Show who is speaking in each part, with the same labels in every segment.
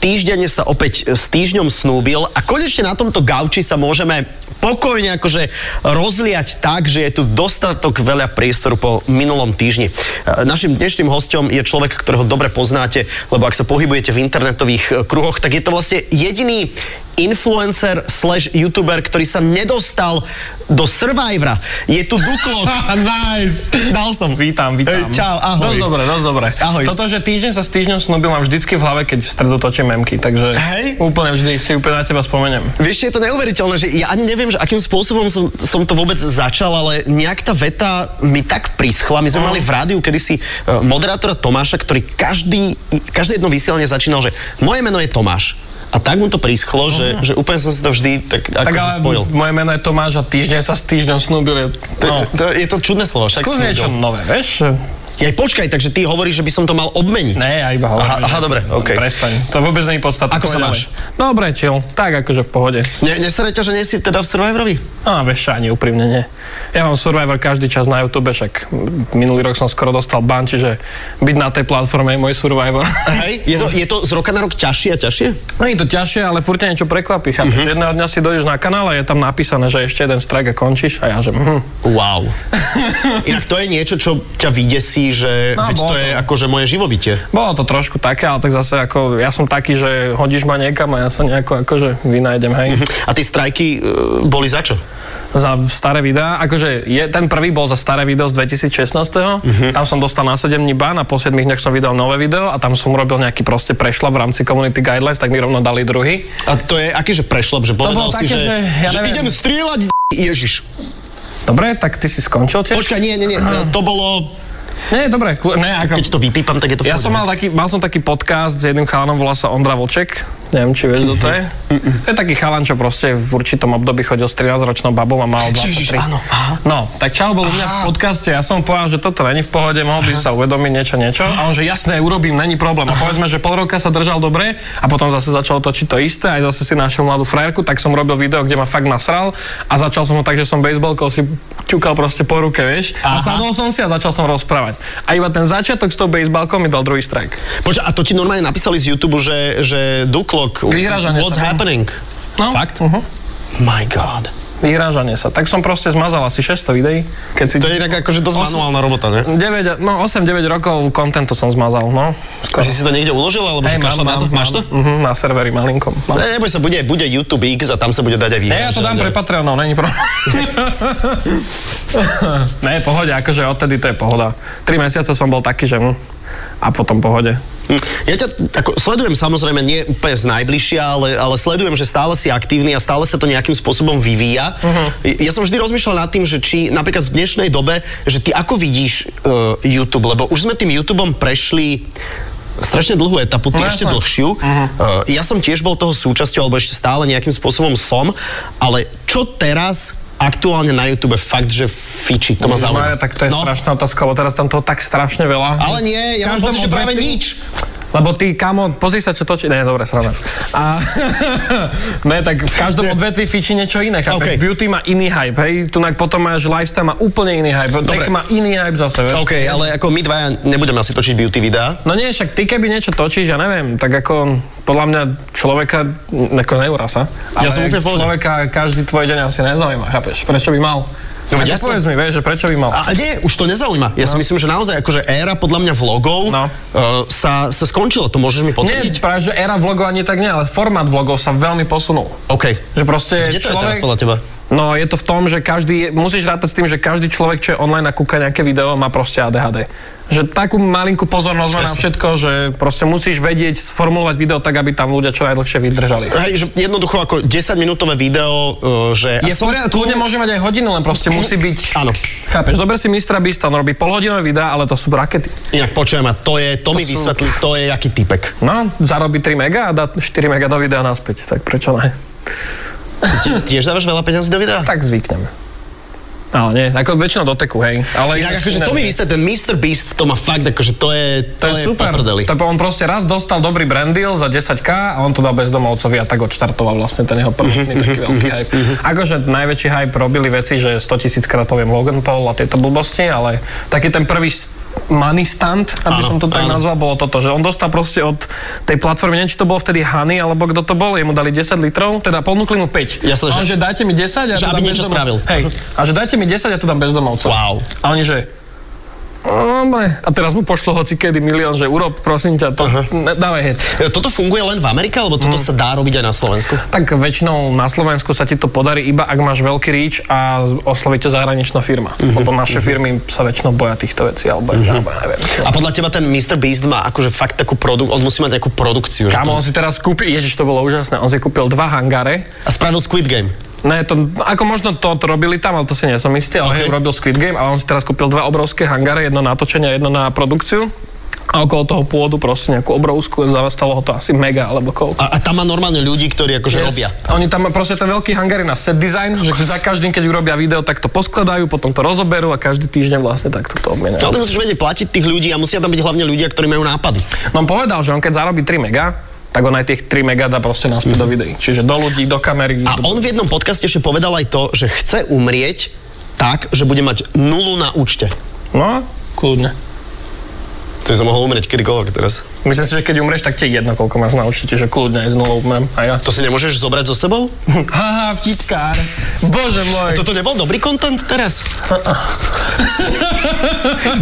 Speaker 1: týždenne sa opäť s týždňom snúbil a konečne na tomto gauči sa môžeme pokojne akože rozliať tak, že je tu dostatok veľa priestoru po minulom týždni. E, Našim dnešným hostom je človek, ktorého dobre poznáte, lebo ak sa pohybujete v internetových e, kruhoch, tak je to vlastne jediný influencer slash youtuber, ktorý sa nedostal do Survivora. Je tu Duklok.
Speaker 2: nice. Dal som, vítam, vítam.
Speaker 1: Ej, čau, ahoj.
Speaker 2: Dosť dobre, dosť dobre.
Speaker 1: Ahoj.
Speaker 2: Toto, že týždeň sa s týždňom snúbil, mám vždycky v hlave, keď v stredu točím memky, takže
Speaker 1: Hej.
Speaker 2: úplne vždy si úplne na teba spomeniem.
Speaker 1: Vieš, je to neuveriteľné, že ja ani neviem, že akým spôsobom som, som to vôbec začal, ale nejak tá veta mi tak prischla. My sme mali v rádiu kedysi eh, moderátora Tomáša, ktorý každý, každé jedno vysielanie začínal, že moje meno je Tomáš. A tak mu to prischlo, že, že úplne som si to vždy tak,
Speaker 2: Tak
Speaker 1: akože
Speaker 2: ale
Speaker 1: spojil.
Speaker 2: moje meno je Tomáš a týždeň sa s týždňom snúbil. je-
Speaker 1: To,
Speaker 2: No,
Speaker 1: to, je to čudné slovo, však som
Speaker 2: skús niečo
Speaker 1: vedel.
Speaker 2: nové, vieš?
Speaker 1: Jaj, počkaj, takže ty hovoríš, že by som to mal obmeniť.
Speaker 2: Ne, ja iba hovorím.
Speaker 1: Aha,
Speaker 2: že-
Speaker 1: aha, dobre, OK.
Speaker 2: Prestaň, to vôbec nie je podstatné.
Speaker 1: Ako sa
Speaker 2: Poďme
Speaker 1: máš?
Speaker 2: ďalej. Dobre, chill, tak akože v pohode.
Speaker 1: Ne, nesere ťa, že nie si teda v Survivorovi?
Speaker 2: A vieš, čo, ani úprimne nie. Ja mám Survivor každý čas na YouTube, však minulý rok som skoro dostal ban, čiže byť na tej platforme je môj Survivor.
Speaker 1: Hej, je to, je to z roka na rok ťažšie a ťažšie?
Speaker 2: No je to ťažšie, ale furt ťa niečo prekvapí, chápeš? Uh-huh. Jedného dňa si dojdeš na kanál a je tam napísané, že ešte jeden strike a končíš a ja že hm.
Speaker 1: Wow. Inak to je niečo, čo ťa vydesí, že no,
Speaker 2: No,
Speaker 1: veď
Speaker 2: bolo
Speaker 1: to je
Speaker 2: to.
Speaker 1: akože moje živobytie.
Speaker 2: Bolo to trošku také, ale tak zase ako, ja som taký, že hodíš ma niekam a ja sa nejako akože vynájdem, hej.
Speaker 1: A tie strajky e, boli za čo?
Speaker 2: za staré videá. Akože je, ten prvý bol za staré video z 2016.
Speaker 1: Mhm.
Speaker 2: Tam som dostal na 7 dní ban a po 7 dňoch som vydal nové video a tam som urobil nejaký proste prešla v rámci Community Guidelines, tak mi rovno dali druhý.
Speaker 1: A to je aký, že prešlap, že povedal
Speaker 2: bolo
Speaker 1: si,
Speaker 2: také,
Speaker 1: že,
Speaker 2: že ja
Speaker 1: že
Speaker 2: neviem.
Speaker 1: idem strieľať, d- Ježiš.
Speaker 2: Dobre, tak ty si skončil tiež?
Speaker 1: Počkaj, nie, nie, nie, e, to bolo...
Speaker 2: Nie, dobre, kľu- ne, ako...
Speaker 1: Keď to vypípam, tak je to v
Speaker 2: Ja som mal
Speaker 1: pohode.
Speaker 2: taký, mal som taký podcast s jedným chalanom, volá sa Ondra Vlček. Neviem, či vieš, kto
Speaker 1: Mhm.
Speaker 2: to je. To je taký chalan, čo proste v určitom období chodil s 13-ročnou babou a mal 23.
Speaker 1: Ježiš, áno, aha.
Speaker 2: No, tak čau bol u mňa v podcaste, ja som mu povedal, že toto není v pohode, mohol by si sa uvedomiť niečo, niečo. A on, že jasné, urobím, není problém. A povedzme, že pol roka sa držal dobre a potom zase začal točiť to isté, aj zase si našiel mladú frajerku, tak som robil video, kde ma fakt nasral a začal som ho tak, že som baseballkou si ťukal proste po ruke, vieš.
Speaker 1: Aha.
Speaker 2: A sadol som si a začal som rozprávať. A iba ten začiatok s tou baseballkou mi dal druhý strike.
Speaker 1: Počkaj, a to ti normálne napísali z YouTube, že, že Duklok,
Speaker 2: Vyhrážanie
Speaker 1: what's
Speaker 2: sa, no.
Speaker 1: happening?
Speaker 2: No,
Speaker 1: Fakt?
Speaker 2: Uh-huh.
Speaker 1: My God.
Speaker 2: Vyhrážanie sa. Tak som proste zmazal asi 600 videí. Keď si...
Speaker 1: To je inak akože dosť
Speaker 2: Osem-
Speaker 1: manuálna robota, ne?
Speaker 2: 9, no 8-9 rokov kontentu som zmazal, no.
Speaker 1: A
Speaker 2: Skoro.
Speaker 1: si si to niekde uložil, alebo že kašľa na to? Máš to?
Speaker 2: Uh-huh, na serveri malinkom. Mám.
Speaker 1: Ne, neboj sa, bude, bude YouTube X a tam sa bude dať aj
Speaker 2: Ne, ja to dám
Speaker 1: vyhrážať.
Speaker 2: pre Patreonov, není problém. ne, pohode, akože odtedy to je pohoda. 3 mesiace som bol taký, že... Hm, a potom pohode.
Speaker 1: Hm, Ja ťa ako, sledujem samozrejme nie úplne z najbližšia, ale, ale sledujem, že stále si aktívny a stále sa to nejakým spôsobom vyvíja.
Speaker 2: Mhm.
Speaker 1: Uh-huh. Ja som vždy rozmýšľal nad tým, že či napríklad v dnešnej dobe, že ty ako vidíš uh, YouTube, lebo už sme tým YouTubeom prešli strašne dlhú etapu, ty
Speaker 2: No,
Speaker 1: ešte
Speaker 2: jasné.
Speaker 1: dlhšiu. Uh-huh. Uh, ja som tiež bol toho súčasťou, alebo ešte stále nejakým spôsobom som, ale čo teraz aktuálne na YouTube fakt, že fiči, to ma zaujíma.
Speaker 2: Maja, Mhm, tak to je
Speaker 1: no,
Speaker 2: strašná otázka, lebo teraz tam toho tak strašne veľa.
Speaker 1: Ale nie, ja mám
Speaker 2: Každom
Speaker 1: pocit, že práve
Speaker 2: odvetví-
Speaker 1: nič.
Speaker 2: Lebo ty, kamo, pozri sa, čo točí. Ne, dobre, sranda. A, ne, tak v každom odvetvi fičí niečo iné. Chápeš?
Speaker 1: OK.
Speaker 2: Beauty má iný hype, hej? Tunak potom máš lifestyle, má úplne iný hype. Dobre. Tech má iný hype zase, vieš?
Speaker 1: OK, ale ako my dvaja nebudeme asi točiť beauty videá.
Speaker 2: No nie, však ty keby niečo točíš, ja neviem, tak ako podľa mňa človeka, n- ako neúra sa,
Speaker 1: Ja
Speaker 2: ale
Speaker 1: som úplne v pohode.
Speaker 2: človeka každý tvoj deň asi nezaujíma, chápeš? Prečo by
Speaker 1: No
Speaker 2: mal? No,
Speaker 1: veď
Speaker 2: ja
Speaker 1: jasne.
Speaker 2: povedz mi, vieš, že prečo by mal?
Speaker 1: A a nie, už to nezaujíma. Ja si myslím, že naozaj akože éra podľa mňa vlogov
Speaker 2: No.
Speaker 1: uh, sa, sa skončila. To môžeš mi
Speaker 2: Nie,
Speaker 1: potvrdiť?
Speaker 2: práve, že era vlogov ani tak nie, ale formát vlogov sa veľmi posunul.
Speaker 1: OK.
Speaker 2: Že proste
Speaker 1: Kde to je
Speaker 2: človek...
Speaker 1: teraz podľa teba?
Speaker 2: No je to v tom, že každý, musíš rátať s tým, že každý človek, čo je online a kúka nejaké video, má proste ADHD. Že takú malinkú pozornosť má na
Speaker 1: Jasne.
Speaker 2: všetko, že proste musíš vedieť sformulovať video tak, aby tam ľudia čo najdlhšie vydržali.
Speaker 1: Hej, že jednoducho ako 10-minútové video, uh, že... a
Speaker 2: Je
Speaker 1: som
Speaker 2: v poriadku,
Speaker 1: tu-
Speaker 2: kľudne môže mať aj hodinu, len proste musí byť...
Speaker 1: Áno.
Speaker 2: Chápeš, zober si mistra Beasta, on robí polhodinové videá, ale to sú rakety.
Speaker 1: Inak počujem, a to je, to, mi
Speaker 2: sú-
Speaker 1: vysvetlí, to je aký typek.
Speaker 2: No, zarobí 3 mega a dá 4 mega do videa naspäť, tak prečo ne?
Speaker 1: Ty tiež dávaš veľa peňazí do videa?
Speaker 2: Tak zvyknem. Ale nie, ako väčšinou do teku, hej. Ale
Speaker 1: Inak
Speaker 2: ináč
Speaker 1: akože
Speaker 2: iné-
Speaker 1: to mi vysvetlí, ten Mr. Beast, to má fakt akože to je,
Speaker 2: To je super.
Speaker 1: poprdeli.
Speaker 2: To on proste raz dostal dobrý brand deal za 10k a on to dal bezdomovcovi a tak odštartoval vlastne ten
Speaker 1: Mhm,
Speaker 2: jeho prvotný taký veľký hype. Akože najväčší hype robili veci, že 100 tisíc krát poviem Logan Paul a tieto blbosti, ale taký ten prvý s- money stunt, aby
Speaker 1: Áno,
Speaker 2: som to tak
Speaker 1: áno.
Speaker 2: nazval, bolo toto, že on dostal proste od tej platformy, neviem, či to bolo vtedy Hany, alebo kto to bol, jemu dali 10 litrov, teda ponúkli mu 5.
Speaker 1: Jasné,
Speaker 2: a on,
Speaker 1: že-
Speaker 2: že dajte mi 10 a
Speaker 1: že
Speaker 2: to
Speaker 1: aby
Speaker 2: dám
Speaker 1: niečo
Speaker 2: bezdomo-
Speaker 1: spravil.
Speaker 2: Hej, a že dajte mi 10 a to dám bezdomovcom.
Speaker 1: Wow.
Speaker 2: A oni, že Dobre. A teraz mu pošlo hoci kedy milión, že urob, prosím ťa, to, ne, dávaj hit.
Speaker 1: Toto funguje len v Amerike, alebo toto sa dá robiť aj na Slovensku?
Speaker 2: Tak väčšinou na Slovensku sa ti to podarí iba, ak máš veľký reach a z- osloví ťa zahraničná firma. Lebo naše firmy sa väčšinou boja týchto vecí, alebo ja neviem.
Speaker 1: A podľa teba ten Mr. Beast má akože fakt takú produk, on musí mať nejakú produkciu. že to-
Speaker 2: Kámo, on si teraz kúpi, ježiš, to bolo úžasné, on si kúpil dva hangare.
Speaker 1: A spravil Squid Game.
Speaker 2: Ne, No to, ako možno to, to robili tam, ale to si nie som istý, ale
Speaker 1: Ok.
Speaker 2: okay. hej, robil Squid Game a on si teraz kúpil dva obrovské hangare, jedno na točenie a jedno na produkciu. A okolo toho pôdu proste nejakú obrovskú, zavestalo ho to asi mega, alebo koľko.
Speaker 1: A, a tam má normálne ľudí, ktorí akože
Speaker 2: Yes.
Speaker 1: robia.
Speaker 2: Oni tam má proste ten veľký hangar je na set design, že za každým, keď urobia video, tak to poskladajú, potom to rozoberú a každý týždeň vlastne takto to obmienia.
Speaker 1: Ale ty musíš vedieť platiť tých ľudí a musia tam byť hlavne ľudia, ktorí majú nápady.
Speaker 2: No on povedal, že on keď zarobí 3 mega, tak on aj tých 3 mega dá proste naspäť do videí. Čiže do ľudí, do kamery.
Speaker 1: A
Speaker 2: do...
Speaker 1: on v jednom podcaste ešte povedal aj to, že chce umrieť tak, že bude mať nulu na účte.
Speaker 2: No, kľudne.
Speaker 1: To by som mohol umrieť kedykoľvek teraz.
Speaker 2: Myslím si, že keď umreš, tak tie jedno, koľko máš na určite, že kľudne aj z nulou umrem. A ja.
Speaker 1: To si nemôžeš zobrať so sebou?
Speaker 2: Haha, vtipkár. Bože môj.
Speaker 1: Toto nebol dobrý kontent teraz?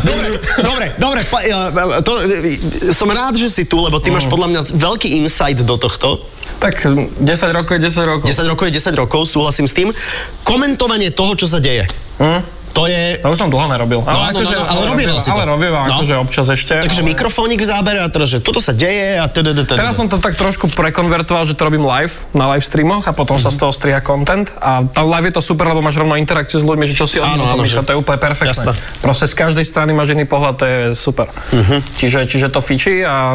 Speaker 1: dobre, dobre, dobre. pa- ja, ja, To, ja, som rád, že si tu, lebo ty máš podľa mňa veľký insight do tohto.
Speaker 2: Tak 10 rokov je 10 rokov.
Speaker 1: 10 rokov je 10 rokov, súhlasím s tým. Komentovanie toho, čo sa deje.
Speaker 2: Hm?
Speaker 1: To je...
Speaker 2: To už som dlho nerobil.
Speaker 1: No,
Speaker 2: akože-
Speaker 1: no, no, no, ale robieval si to.
Speaker 2: Ale robil,
Speaker 1: No.
Speaker 2: akože občas ešte.
Speaker 1: Takže
Speaker 2: ale-
Speaker 1: mikrofónik v zábere a teraz, že toto sa deje a teda, teda, teda.
Speaker 2: Teraz som to tak trošku prekonvertoval, že to robím live, na live streamoch a
Speaker 1: Mhm.
Speaker 2: potom sa z toho striha content. A tam live je to super, lebo máš rovno interakciu s ľuďmi, že čo si oni
Speaker 1: Áno,
Speaker 2: o tom
Speaker 1: áno,
Speaker 2: myslia,
Speaker 1: že-
Speaker 2: to je úplne perfektné.
Speaker 1: Jasné.
Speaker 2: Proste z každej strany máš iný pohľad, to je super.
Speaker 1: Mhm.
Speaker 2: Čiže, čiže to fičí a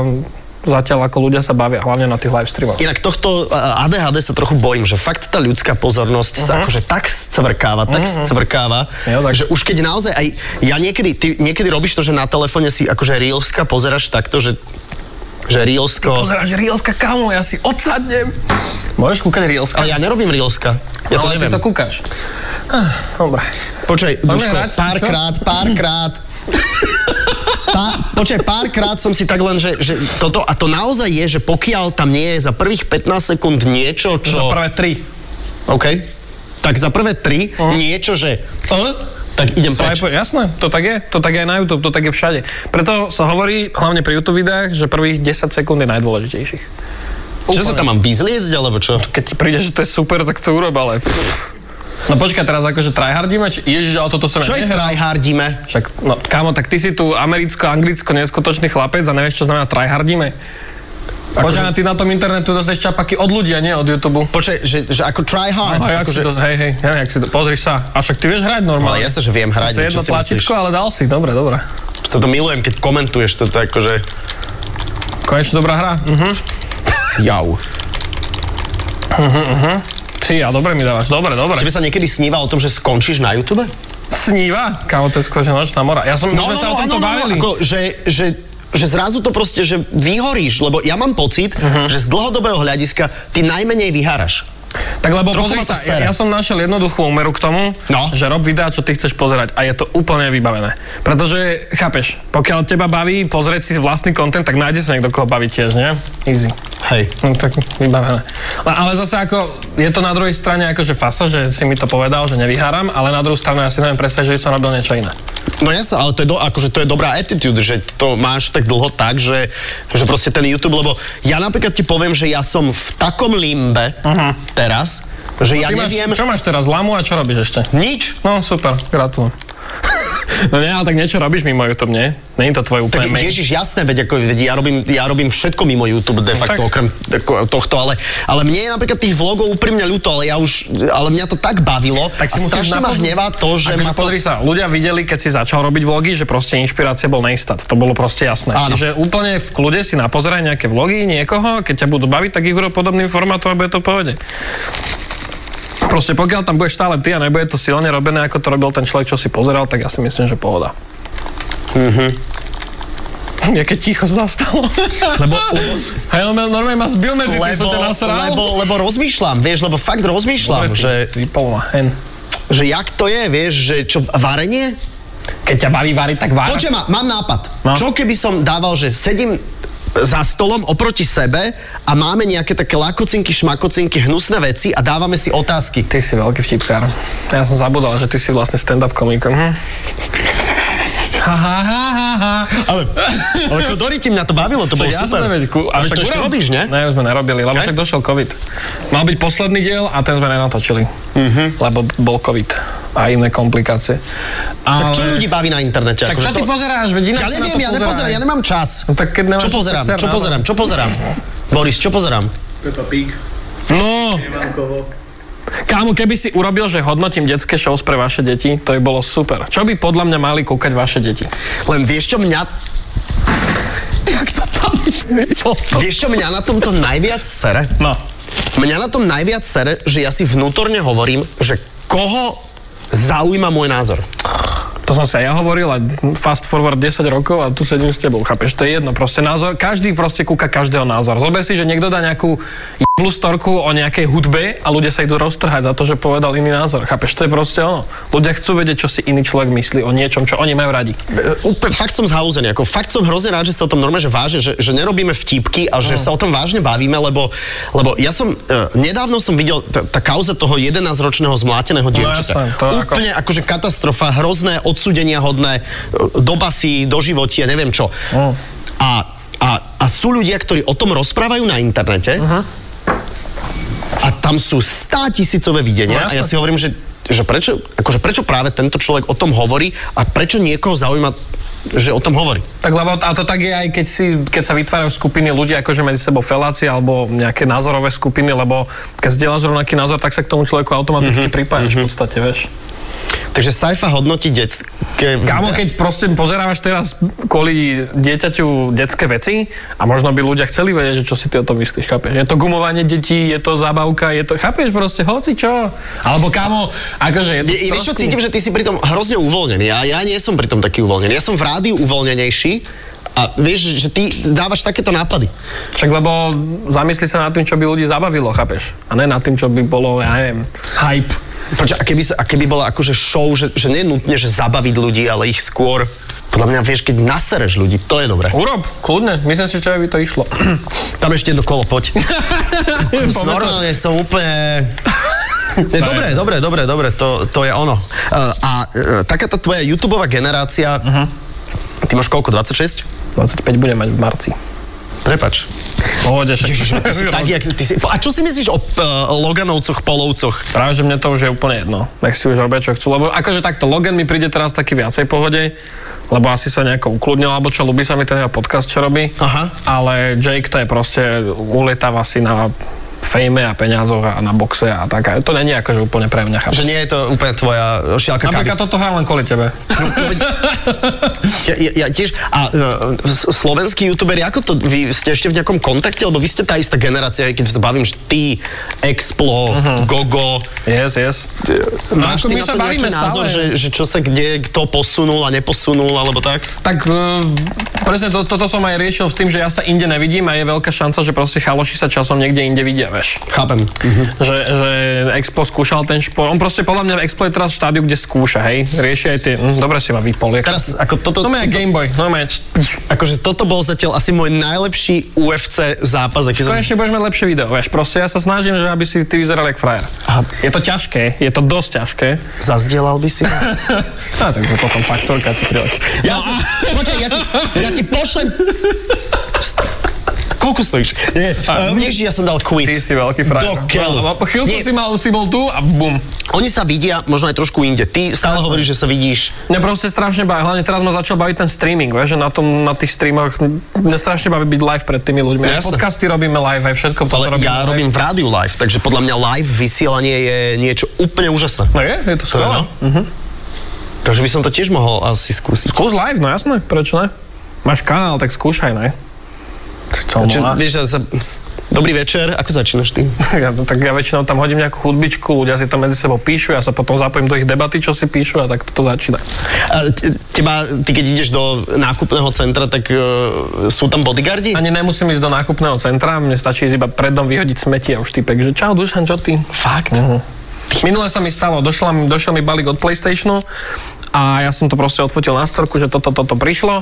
Speaker 2: zatiaľ ako ľudia sa bavia, hlavne na tých live streamoch.
Speaker 1: Inak tohto a, ADHD sa trochu bojím, že fakt tá ľudská pozornosť sa akože tak scvrkáva, tak scvrkáva,
Speaker 2: Mhm. Jo, tak.
Speaker 1: že už keď naozaj aj, ja niekedy, ty niekedy robíš to, že na telefóne si akože Reelska pozeráš takto, že že Reelsko...
Speaker 2: Pozeráš, Rielska, kamo, ja si odsadnem. Môžeš kúkať Rielska?
Speaker 1: Ale ja nerobím Reelska. Ja to
Speaker 2: ale
Speaker 1: neviem.
Speaker 2: ty to kúkaš. Ah, dobre.
Speaker 1: Počkaj,
Speaker 2: Poďme
Speaker 1: Duško,
Speaker 2: hrať, Mhm.
Speaker 1: párkrát, párkrát. Pá, počkaj, párkrát som si tak len, že, že toto, a to naozaj je, že pokiaľ tam nie je za prvých 15 sekúnd niečo, čo...
Speaker 2: Za prvé tri.
Speaker 1: OK. Tak za prvé tri niečo, že... Uh, tak idem preč.
Speaker 2: Mhm. Swipe, jasné, to tak je. To tak je aj na YouTube, to tak je všade. Preto sa hovorí, hlavne pri YouTube videách, že prvých 10 sekúnd je najdôležitejších.
Speaker 1: Čo sa tam mám vyzliecť, alebo čo?
Speaker 2: Keď ti príde, že to je super, tak to urob, ale... pff. No počkaj, teraz akože tryhardíme, či... Ježiš, ale toto som
Speaker 1: Čo
Speaker 2: ja
Speaker 1: je
Speaker 2: nehral.
Speaker 1: tryhardíme?
Speaker 2: Však, no, kámo, tak ty si tu americko-anglicko neskutočný chlapec a nevieš, čo znamená tryhardíme. Akože- Počkaj, ty na tom internetu dostaneš čapaky od ľudí a nie od YouTube.
Speaker 1: Počkaj, že, že ako tryhard.
Speaker 2: A jak
Speaker 1: akože,
Speaker 2: si to, hej, hej, No, ja neviem, jak si to, pozri sa. A však ty vieš hrať normálne.
Speaker 1: Ale jasne, že viem hrať,
Speaker 2: Sice
Speaker 1: no, čo
Speaker 2: jedno
Speaker 1: si
Speaker 2: tlačítko, ale dal si, dobre, dobre.
Speaker 1: toto milujem, keď komentuješ, toto je akože...
Speaker 2: Konečne dobrá hra. Mhm.
Speaker 1: Jau.
Speaker 2: Ty, a dobre mi dávaš, dobre, dobre.
Speaker 1: Tebe sa niekedy sníva o tom, že skončíš na YouTube?
Speaker 2: Sníva? Kámo, to je skôr, že nočná mora. Ja som,
Speaker 1: No,
Speaker 2: my sme sa o tomto bavili.
Speaker 1: Ako, že, že, že zrazu to proste, že vyhoríš, lebo ja mám pocit,
Speaker 2: Mhm.
Speaker 1: že z dlhodobého hľadiska ty najmenej vyháraš.
Speaker 2: tak lebo
Speaker 1: trochu
Speaker 2: pozri
Speaker 1: ma to
Speaker 2: sa,
Speaker 1: sere.
Speaker 2: ja, ja som našiel jednoduchú úmeru k tomu,
Speaker 1: No.
Speaker 2: že rob videá, čo ty chceš pozerať a je to úplne vybavené. Pretože, chápeš, pokiaľ teba baví pozrieť si vlastný content, tak nájde sa niekto, koho baví tiež, nie? Easy.
Speaker 1: Hej.
Speaker 2: No tak vybavené. Le- Ale zase ako, je to na druhej strane akože fasa, že si mi to povedal, že nevyháram, ale na druhú stranu ja si neviem predstaviť, že by som robil niečo iné.
Speaker 1: No ja sa, ale to je, do, akože to je dobrá attitude, že to máš tak dlho tak, že, že proste ten YouTube, lebo ja napríklad ti poviem, že ja som v takom limbe teraz, že ja
Speaker 2: Mhm. No Ty máš,
Speaker 1: neviem
Speaker 2: čo máš teraz, lamu a čo robíš ešte?
Speaker 1: nič.
Speaker 2: No super, gratulujem. No nie, ale tak niečo robíš mimo YouTube, nie? Není to tvoj
Speaker 1: Tak
Speaker 2: úplne main.
Speaker 1: ježiš, jasné, veď ako, veď ja, robím, ja robím všetko mimo YouTube de facto,
Speaker 2: No tak.
Speaker 1: okrem ako, tohto, ale, ale mne je napríklad tých vlogov úprimne ľúto, ale ja už, ale mňa to tak bavilo
Speaker 2: Tak
Speaker 1: a
Speaker 2: si musíš
Speaker 1: strašne ma
Speaker 2: napozrieť.
Speaker 1: hnevá to, že
Speaker 2: akože
Speaker 1: ma to...
Speaker 2: pozri sa, ľudia videli, keď si začal robiť vlogy, že proste inšpirácia bol neistat. To bolo proste jasné.
Speaker 1: Áno.
Speaker 2: Čiže úplne v kľude si napozeraj nejaké vlogy niekoho, keď ťa budú baviť, tak ich urob podobným formátom a bude to v pohode. Proste pokiaľ tam budeš stále ty a nebude to silne robené, ako to robil ten človek, čo si pozeral, tak ja si myslím, že pohoda. Mhm. Jaké ticho zastalo.
Speaker 1: Lebo-
Speaker 2: Hail Mary normálne ma zbil medzi tým, som
Speaker 1: lebo,
Speaker 2: ťa nasral.
Speaker 1: lebo, lebo rozmýšľam, vieš, lebo fakt rozmýšľam,
Speaker 2: Dobre, ty-
Speaker 1: že,
Speaker 2: Vypol ma, hen.
Speaker 1: že jak to je, vieš, že čo, varenie?
Speaker 2: Keď ťa baví variť, tak vár.
Speaker 1: Počujem ma, mám nápad.
Speaker 2: No.
Speaker 1: Čo keby som dával, že sedím za stolom oproti sebe a máme nejaké také lakocinky, šmakocinky, hnusné veci a dávame si otázky.
Speaker 2: Ty si veľký vtipkár. Ja som zabudol, že ty si vlastne stand-up komik. Hm. Ha, ha, ha, ha, ha.
Speaker 1: Ale, ale chodoritím na to bavilo, to
Speaker 2: Čo,
Speaker 1: bolo
Speaker 2: ja
Speaker 1: super.
Speaker 2: som nevedel, ku-
Speaker 1: a však to
Speaker 2: však
Speaker 1: ešte
Speaker 2: urob-
Speaker 1: robíš, ne?
Speaker 2: Ne, už sme nerobili, lebo
Speaker 1: Hej.
Speaker 2: však došiel COVID. Mal byť posledný diel a ten sme nenatočili,
Speaker 1: Mhm.
Speaker 2: lebo bol COVID a iné komplikácie. Ale...
Speaker 1: Tak čo ľudí baví na internete?
Speaker 2: Však
Speaker 1: Akože
Speaker 2: čo ty
Speaker 1: to-
Speaker 2: pozeráš? Veď ináč
Speaker 1: Ja
Speaker 2: sa na
Speaker 1: neviem,
Speaker 2: to
Speaker 1: ja
Speaker 2: pozerá.
Speaker 1: nepozerám, ja nemám čas.
Speaker 2: No tak keď nemáš
Speaker 1: Čo
Speaker 2: čas,
Speaker 1: pozerám,
Speaker 2: tak ser
Speaker 1: čo
Speaker 2: na
Speaker 1: pozerám,
Speaker 2: to.
Speaker 1: čo pozerám? Boris, čo pozerám?
Speaker 2: No! Kámo, keby si urobil, že hodnotím detské shows pre vaše deti, to by bolo super. Čo by podľa mňa mali kúkať vaše deti?
Speaker 1: Len vieš, čo mňa,
Speaker 2: Jak to tam išlo?
Speaker 1: vieš, čo mňa na tomto najviac sere?
Speaker 2: No.
Speaker 1: Mňa na tom najviac sere, že ja si vnútorne hovorím, že koho zaujíma môj názor.
Speaker 2: To som sa ja hovoril a fast forward 10 rokov a tu sedím s tebou, chápeš? To je jedno, proste názor, každý proste kúka každého názor. Zober si, že niekto dá nejakú jeblú storku o nejakej hudbe a ľudia sa idú roztrhať za to, že povedal iný názor, chápeš? To je proste ono. Ľudia chcú vedieť, čo si iný človek myslí o niečom, čo oni majú radi.
Speaker 1: E, Úplne, fakt som zhauzený, ako fakt som hrozne rád, že sa o tom normálne že vážne, že, že nerobíme vtipky a že
Speaker 2: No.
Speaker 1: sa o tom vážne bavíme, lebo, lebo ja som, e, nedávno som videl t- tá kauza toho 11-ročného zmláteného dievčata.
Speaker 2: No, jasné, to je ako-
Speaker 1: Úplne akože katastrofa, hrozné, odsudenia hodné, e, do basy, do životie, neviem čo.
Speaker 2: Mm.
Speaker 1: A, a, a sú ľudia, ktorí o tom rozprávajú na internete, a tam sú stá tisícové videnia no,
Speaker 2: No
Speaker 1: a
Speaker 2: jasné.
Speaker 1: ja si hovorím, že, že prečo, akože prečo práve tento človek o tom hovorí a prečo niekoho zaujíma, že o tom hovorí.
Speaker 2: Tak lebo, a to tak je aj keď, si, keď sa vytvárajú skupiny ľudí akože medzi sebou felácie alebo nejaké názorové skupiny, lebo keď zdieľaš rovnaký názor, tak sa k tomu človeku automaticky mm-hmm, pripájaš mm-hmm. v podstate, vieš.
Speaker 1: Takže Saifa hodnotí detské...
Speaker 2: Kámo, keď proste pozerávaš teraz kvôli dieťaťu detské veci a možno by ľudia chceli vedieť, že čo si ty o tom myslíš, chápeš? Je to gumovanie detí, je to zábavka, je to, chápeš, proste hoci čo? Alebo kámo, akože je to
Speaker 1: Je, je, vieš čo,
Speaker 2: trošku-
Speaker 1: cítim, že ty si pri tom hrozne uvoľnený. Ja, ja nie som pri tom taký uvoľnený. Ja som v rádiu uvoľnenejší a vieš, že ty dávaš takéto nápady.
Speaker 2: Však lebo zamysli sa nad tým, čo by ľudí zabavilo, chápeš? A ne nad tým, čo by bolo, ja neviem, hype.
Speaker 1: Počkaj, a keby, sa, a keby bola akože show, že, že nie nutne, že zabaviť ľudí, ale ich skôr... Podľa mňa, vieš, keď nasereš ľudí, to je dobré.
Speaker 2: Urob, kľudne, myslím si, že tebe by to išlo.
Speaker 1: Tam ešte jedno kolo, poď. Kurz,
Speaker 2: Poďme to.
Speaker 1: normálne som úplne... Ne, dobre, dobre, dobre, dobre, to, to je ono. Uh, a uh, taká tá tvoja YouTube generácia, uh-huh. ty máš koľko, 26?
Speaker 2: 25 budem mať v marci.
Speaker 1: Prepač.
Speaker 2: Pohode, však.
Speaker 1: Ježiš, ty si tak, jak, ty si, a čo si myslíš o uh, Loganovcoch, Polovcoch?
Speaker 2: Práve, že mne to už je úplne jedno. Nech si už robia, čo chcú. Lebo akože takto, Logan mi príde teraz taký viacej pohode, lebo asi sa nejako ukludnil, alebo čo, ľubí sa mi ten jeho podcast, čo robí.
Speaker 1: Aha.
Speaker 2: Ale Jake to je proste, uletáva si na fejme a peniazoch a na boxe a tak. A To není akože úplne pre mňa,
Speaker 1: Že
Speaker 2: chápeš?
Speaker 1: nie je to úplne tvoja šialka kávy.
Speaker 2: Napríklad toto hrám len kvôli tebe.
Speaker 1: Ja, ja, ja tiež, a uh, s- slovenskí youtuberi, ako to, vy ste ešte v nejakom kontakte, lebo vy ste tá istá generácia, keď sa bavím, že ty, Explo,
Speaker 2: Mhm.
Speaker 1: uh-huh. Gogo,
Speaker 2: Yes, yes.
Speaker 1: Máš
Speaker 2: Ako
Speaker 1: ty
Speaker 2: my
Speaker 1: na
Speaker 2: sa
Speaker 1: to
Speaker 2: bavíme
Speaker 1: nejaký názor,
Speaker 2: stále.
Speaker 1: že, že čo sa kde, kto posunul a neposunul, alebo tak?
Speaker 2: Tak e, presne to, toto som aj riešil s tým, že ja sa inde nevidím a je veľká šanca, že proste chaloši sa časom niekde inde vidia, vieš.
Speaker 1: Chápem. Mhm.
Speaker 2: že, že Expo skúšal ten šport. On proste podľa mňa Expo je teraz v štádiu, kde skúša, hej. Rieši aj tie, hm, dobre si ma vypol. jak-
Speaker 1: Teraz, ako toto,
Speaker 2: No je
Speaker 1: toto,
Speaker 2: Gameboy, no je...
Speaker 1: akože toto bol zatiaľ asi môj najlepší UFC zápas, aký som...
Speaker 2: Konečne budeš mať lepšie video, vieš. Proste ja sa snažím, že aby si ty vyzeral jak frajer.
Speaker 1: Aha.
Speaker 2: Je to ťažké, je to dosť ťažké.
Speaker 1: Zazdielal by si?
Speaker 2: No tak to potom faktorka ti prileží.
Speaker 1: Ja, no, počkaj, ja ti, ja ti pošlem... Koľko stojíš? Nie,
Speaker 2: A- hm.
Speaker 1: ehm, Ježiš, ja som dal quit.
Speaker 2: Ty si veľký frajer.
Speaker 1: Do keľu.
Speaker 2: No, lebo Chvíľku
Speaker 1: Nie.
Speaker 2: si, mal, si bol tu a bum.
Speaker 1: Oni sa vidia možno aj trošku inde. Ty stále hovoríš, že sa vidíš.
Speaker 2: Mňa proste strašne baví, hlavne teraz ma začal baviť ten streaming, vieš, že na, tom, na tých streamoch mňa strašne baví byť live pred tými ľuďmi.
Speaker 1: Jasné.
Speaker 2: Podcasty robíme live, aj všetko toto
Speaker 1: Ale
Speaker 2: robíme
Speaker 1: ja
Speaker 2: live.
Speaker 1: robím v rádiu live, takže podľa mňa live vysielanie je niečo úplne úžasné.
Speaker 2: No je, je
Speaker 1: To
Speaker 2: to
Speaker 1: je,
Speaker 2: skvelé.
Speaker 1: no. Takže by som to tiež mohol asi skúsiť.
Speaker 2: Skús live, no jasné, prečo ne? Máš kanál, tak skúšaj, ne? Čo
Speaker 1: Čiže,
Speaker 2: má?
Speaker 1: vieš, ja sa... Dobrý večer, ako začínaš ty?
Speaker 2: Ja, no, tak ja väčšinou tam hodím nejakú chudbičku, ľudia si to medzi sebou píšu, ja sa potom zapojím do ich debaty, čo si píšu a tak to začína.
Speaker 1: A te- teba, ty keď ideš do nákupného centra, tak uh, sú tam bodyguardi?
Speaker 2: Ani nemusím ísť do nákupného centra, mne stačí ísť iba predom vyhodiť smeti a už typek, že čau Dušan, čo ty?
Speaker 1: Fakt?
Speaker 2: Mhm. Minule sa mi stalo, došla, mi- došiel mi balík od Playstationu a ja som to proste odfotil na storku, že toto, toto prišlo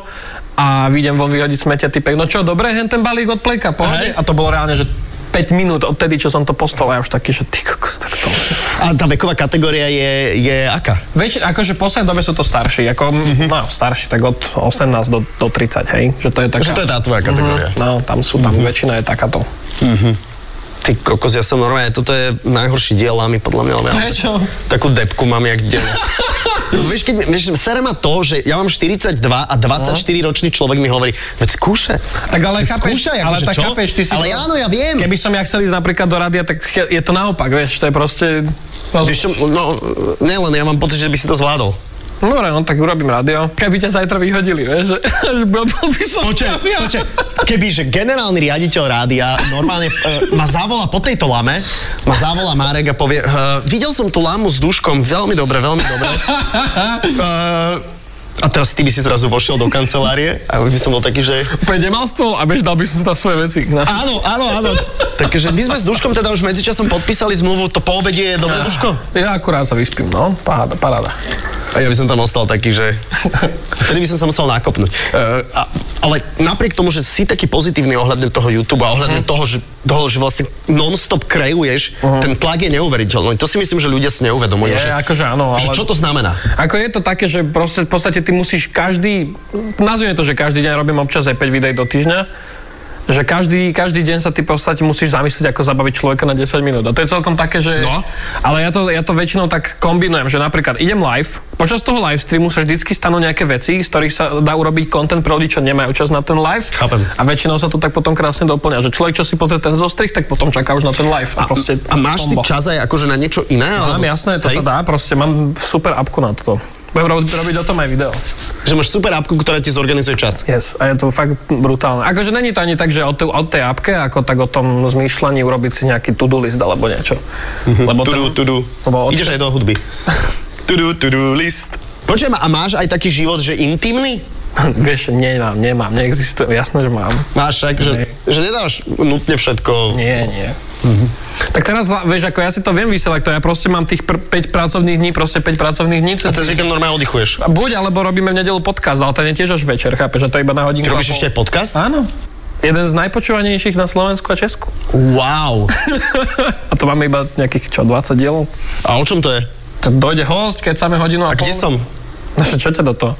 Speaker 2: a vidím von vyhodiť smete typek, no čo, dobre, hen ten balík od Playka, pohode?
Speaker 1: Hej.
Speaker 2: A to bolo reálne, že 5 minút odtedy, čo som to postol a ja už taký, že ty kokos, tak to...
Speaker 1: A tá veková kategória je, je aká?
Speaker 2: Väčši, akože v poslednej dobe sú to starší, ako,
Speaker 1: Mhm.
Speaker 2: no starší, tak od 18 do, do 30, hej, že to je taká...
Speaker 1: Že to je tá tvoja kategória.
Speaker 2: Mhm, No, tam sú, tam väčšina je takáto.
Speaker 1: Ty kokos, ja som normálne, toto je najhorší diel lamy podľa mňa. lebo ja mám
Speaker 2: Prečo?
Speaker 1: tak- Takú depku mám jak deň. No, vieš, keď, mi- vieš, sere ma to, že ja mám 42 a 24 ročný človek mi hovorí, veď skúša.
Speaker 2: Tak ale
Speaker 1: Veď
Speaker 2: chápeš,
Speaker 1: skúšaj,
Speaker 2: ale
Speaker 1: akože
Speaker 2: tak
Speaker 1: čo?
Speaker 2: chápeš, ty si...
Speaker 1: Ale áno, ja viem.
Speaker 2: Keby som ja chcel ísť napríklad do rádia, tak ch- je to naopak, vieš, to je proste... No,
Speaker 1: Vieš čo, no, nielen, ja mám pocit, že by si to zvládol.
Speaker 2: Dobre, no tak urobím rádio. Keby ťa zajtra vyhodili, vieš, že, že bol bol by som... tam ja.
Speaker 1: Keby, že generálny riaditeľ rádia normálne e, ma zavolá po tejto lame, ma zavolá Marek a povie, e, videl som tú lamu s duškom, veľmi dobre, veľmi dobre. E, a teraz ty by si zrazu vošiel do kancelárie a už by som bol taký, že...
Speaker 2: Úplne nemal stôl a vieš, dal by som si tam svoje veci. No.
Speaker 1: Áno, áno, áno. Takže my sme s Duškom teda už medzičasom podpísali zmluvu, to po obede je dobre, Duško?
Speaker 2: Ja akurát sa vyspím, no. Paráda, paráda.
Speaker 1: A ja by som tam ostal taký, že... Vtedy by som sa musel nakopnúť. Uh, a, ale napriek tomu, že si taký pozitívny ohľadne toho YouTube a
Speaker 2: Mhm.
Speaker 1: ohľadne toho, že, toho, že vlastne non-stop kreuješ, ten tlak je neuveriteľný. To si myslím, že ľudia si neuvedomujú.
Speaker 2: Je,
Speaker 1: že,
Speaker 2: akože áno,
Speaker 1: že
Speaker 2: ale-
Speaker 1: čo to znamená?
Speaker 2: Ako je to také, že proste, v podstate ty musíš každý, nazvime to, že každý deň robím občas aj 5 videí do týždňa, že každý, každý deň sa ty v podstate musíš zamyslieť, ako zabaviť človeka na 10 minút. A to je celkom také, že...
Speaker 1: No.
Speaker 2: Ale ja to, ja to väčšinou tak kombinujem, že napríklad idem live, počas toho live streamu sa vždycky stanú nejaké veci, z ktorých sa dá urobiť content pre ľudí, čo nemajú čas na ten live.
Speaker 1: Chápem.
Speaker 2: A väčšinou sa to tak potom krásne doplňa, že človek, čo si pozrie ten zostrih, tak potom čaká už na ten live.
Speaker 1: A,
Speaker 2: proste
Speaker 1: a máš ty
Speaker 2: combo.
Speaker 1: čas aj akože na niečo iné?
Speaker 2: Mám, jasné, to
Speaker 1: Hej?
Speaker 2: sa dá, proste mám super apku na toto. Budem robiť, robiť o tom aj video.
Speaker 1: Že máš super apku, ktorá ti zorganizuje čas.
Speaker 2: Yes, a je to fakt brutálne. Akože není to ani tak, že o, tej- o tej apke, ako tak o tom zmýšľaní urobiť si nejaký to-do list alebo niečo. Lebo ten-
Speaker 1: Tudu, tudu.
Speaker 2: Lebo od-
Speaker 1: Ideš aj do hudby. tudu, tudu, list. Počujem, a máš aj taký život, že intimný?
Speaker 2: Vieš, nemám, nemám, neexistuje, jasné, že mám.
Speaker 1: Máš tak, že, že nedáš nutne všetko...
Speaker 2: Nie, nie. Mhm. Tak teraz, hla- vieš, ako ja si to viem vysielať, to ja proste mám tých pr- 5 pracovných dní, proste 5 pracovných dní.
Speaker 1: A
Speaker 2: Cez...
Speaker 1: cez víkend normálne oddychuješ.
Speaker 2: A Buď, alebo robíme v nedelu podcast, ale ten je tiež až večer, chápeš, že to je iba na hodinku. a
Speaker 1: Robíš
Speaker 2: pol.
Speaker 1: ešte aj podcast?
Speaker 2: Áno. Jeden z najpočúvanejších na Slovensku a Česku.
Speaker 1: Wow.
Speaker 2: A to máme iba nejakých čo, 20 dielov.
Speaker 1: A o čom to je?
Speaker 2: To dojde host, keď máme hodinu a,
Speaker 1: A kde
Speaker 2: pol.
Speaker 1: som?
Speaker 2: No, čo ťa do toho?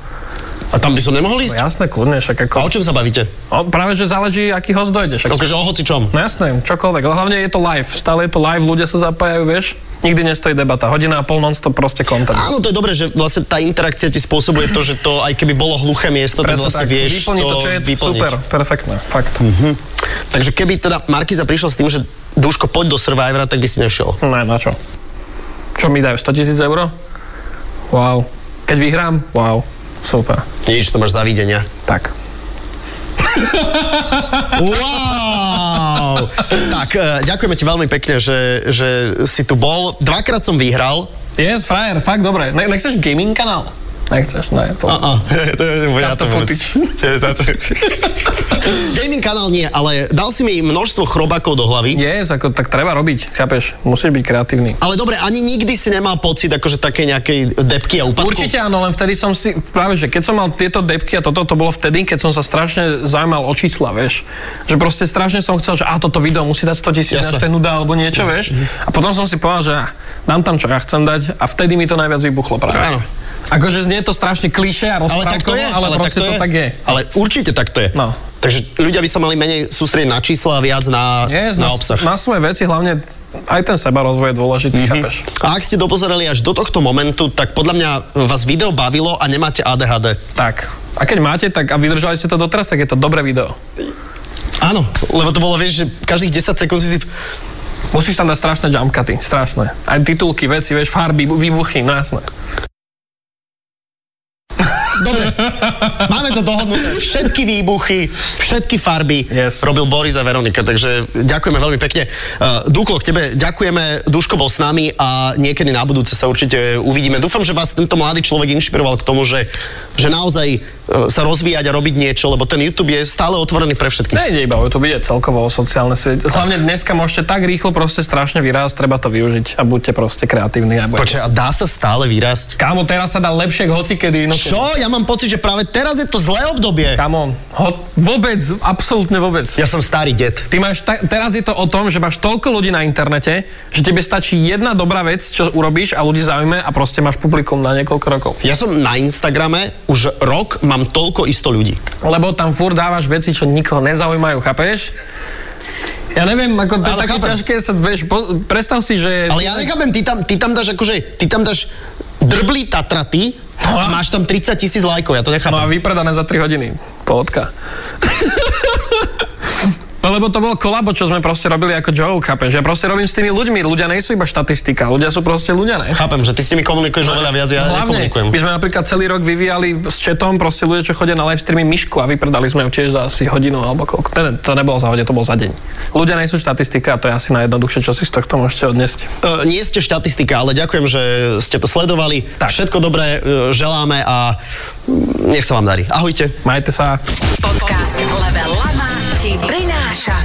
Speaker 1: A tam by som nemohol
Speaker 2: No,
Speaker 1: ísť?
Speaker 2: jasné, kľudne, však
Speaker 1: A
Speaker 2: ako...
Speaker 1: o čom sa bavíte?
Speaker 2: O, práve, že záleží, aký host dojde. Však...
Speaker 1: Takže o hocičom.
Speaker 2: No jasné, čokoľvek. Ale hlavne je to live. Stále je to live, ľudia sa zapájajú, vieš? Nikdy nestojí debata. Hodina a pol non-stop proste kontent.
Speaker 1: Áno, to je dobré, že vlastne tá interakcia ti spôsobuje to, že to, aj keby bolo hluché miesto, tak
Speaker 2: Presne
Speaker 1: vlastne
Speaker 2: tak.
Speaker 1: vieš
Speaker 2: Vyplní to, Mhm. čo je
Speaker 1: vyplniť.
Speaker 2: super. Perfektné. Fakt.
Speaker 1: Hm. Takže keby teda Markiza prišiel s tým, že Duško, poď do Survivora, tak by si nešiel.
Speaker 2: Ne, No, na čo? Čo mi dajú? 100 tisíc eur? Wow. Keď vyhrám? Wow. Super.
Speaker 1: Nič, to máš zavidenia.
Speaker 2: Tak.
Speaker 1: Wow! tak, e, ďakujeme ti veľmi pekne, že, že si tu bol. Dvakrát som vyhral.
Speaker 2: Yes, frajer, fakt dobre. Ne, nechceš gaming kanál? Nechceš, ne. To...
Speaker 1: A, to je moja
Speaker 2: Táto
Speaker 1: to vôbec.
Speaker 2: footage.
Speaker 1: To je táto- Gaming kanál nie, ale dal si mi množstvo chrobakov do hlavy.
Speaker 2: Yes, ako, tak treba robiť, chápeš? Musíš byť kreatívny.
Speaker 1: Ale dobre, ani nikdy si nemal pocit akože také nejakej depky a úpadku.
Speaker 2: Určite áno, len vtedy som si, práve že keď som mal tieto depky a toto, to bolo vtedy, keď som sa strašne zaujímal o čísla, vieš. Že proste strašne som chcel, že a toto video musí dať 100 tisíc na
Speaker 1: Jasné. Mhm.
Speaker 2: nuda alebo niečo, vieš. A potom som si povedal, že á, dám tam, čo ja chcem dať a vtedy mi to najviac vybuchlo práve.
Speaker 1: Áno.
Speaker 2: Akože znie to strašne klišé a
Speaker 1: Ale tak to
Speaker 2: rozprávkovo,
Speaker 1: je.
Speaker 2: ale, ale proste to, tak je.
Speaker 1: Ale určite tak to je.
Speaker 2: No.
Speaker 1: Takže ľudia by sa mali menej sústrediť na čísla a viac na,
Speaker 2: Yes,
Speaker 1: na
Speaker 2: na,
Speaker 1: obsah. Mhm.
Speaker 2: na svoje veci hlavne aj ten seba rozvoj je dôležitý, mm-hmm. chápeš?
Speaker 1: Mm. A ak ste dopozerali až do tohto momentu, tak podľa mňa vás video bavilo a nemáte ADHD.
Speaker 2: Tak. A keď máte tak a vydržali ste to doteraz, tak je to dobré video.
Speaker 1: Áno, lebo to bolo, vieš, že každých 10 sekúnd si si...
Speaker 2: Musíš tam dať strašné jumpcuty, strašné. Aj titulky, veci, vieš, farby, bu- výbuchy, no jasné.
Speaker 1: Dobre, Máme to dohodnuté. Všetky výbuchy, všetky farby
Speaker 2: Yes.
Speaker 1: robil Boris a Veronika, takže ďakujeme veľmi pekne. Uh, Duklo, k tebe ďakujeme. Duško bol s nami a niekedy na budúce sa určite uvidíme. Dúfam, že vás tento mladý človek inšpiroval k tomu, že, že naozaj uh, sa rozvíjať a robiť niečo, lebo ten YouTube je stále otvorený pre všetkých.
Speaker 2: Nejde iba o YouTube, ide celkovo o sociálne siete. Hlavne dneska môžete tak rýchlo proste strašne vyrásť, treba to využiť a buďte proste kreatívni. A budete
Speaker 1: Počkaj, a
Speaker 2: sa-
Speaker 1: dá sa stále vyrásť?
Speaker 2: Kámo, teraz sa dá lepšie k hocikedy. No,
Speaker 1: Čo? Ja mám pocit, že práve teraz je to zlé obdobie.
Speaker 2: Kámo, ho, vôbec, absolútne vôbec.
Speaker 1: Ja som starý ded.
Speaker 2: Ty máš ta- teraz je to o tom, že máš toľko ľudí na internete, že tebe stačí jedna dobrá vec, čo urobíš a ľudí zaujme a proste máš publikum na niekoľko rokov.
Speaker 1: Ja som na Instagrame, už rok mám toľko isto ľudí.
Speaker 2: Lebo tam fur dávaš veci, čo nikoho nezaujímajú, chápeš? Ja neviem, ako to je
Speaker 1: Ale
Speaker 2: také
Speaker 1: chápem.
Speaker 2: ťažké, sa, vieš, po, predstav si, že...
Speaker 1: Ale ja nechápem, ty tam, ty tam dáš akože, ty tam dáš drblý Tatraty a máš tam 30 tisíc lajkov, ja to
Speaker 2: No a
Speaker 1: nechápem.
Speaker 2: vypredané za 3 hodiny. Pohodka. No lebo to bolo kolabo, čo sme proste robili ako joke, chápeš? Ja proste robím s tými ľuďmi. Ľudia nejsú iba štatistika, ľudia sú proste ľudia, ne?
Speaker 1: Chápem, že ty s nimi komunikuješ oveľa viac, ja
Speaker 2: No, Hlavne,
Speaker 1: nekomunikujem.
Speaker 2: my sme napríklad celý rok vyvíjali s chatom proste ľudia, čo chodia na live streamy myšku a vypredali sme ju tiež za asi hodinu alebo koľko. To, ne- to nebolo za hodinu, to bolo za deň. Ľudia nejsú štatistika a to je asi najjednoduchšie, čo si z tohto môžete odniesť.
Speaker 1: E, nie ste štatistika, ale ďakujem, že ste to sledovali. Tak. Všetko dobré e, želáme a mm, nech sa vám darí. Ahojte.
Speaker 2: Majte sa.
Speaker 3: Podcast Level Lama ti prináša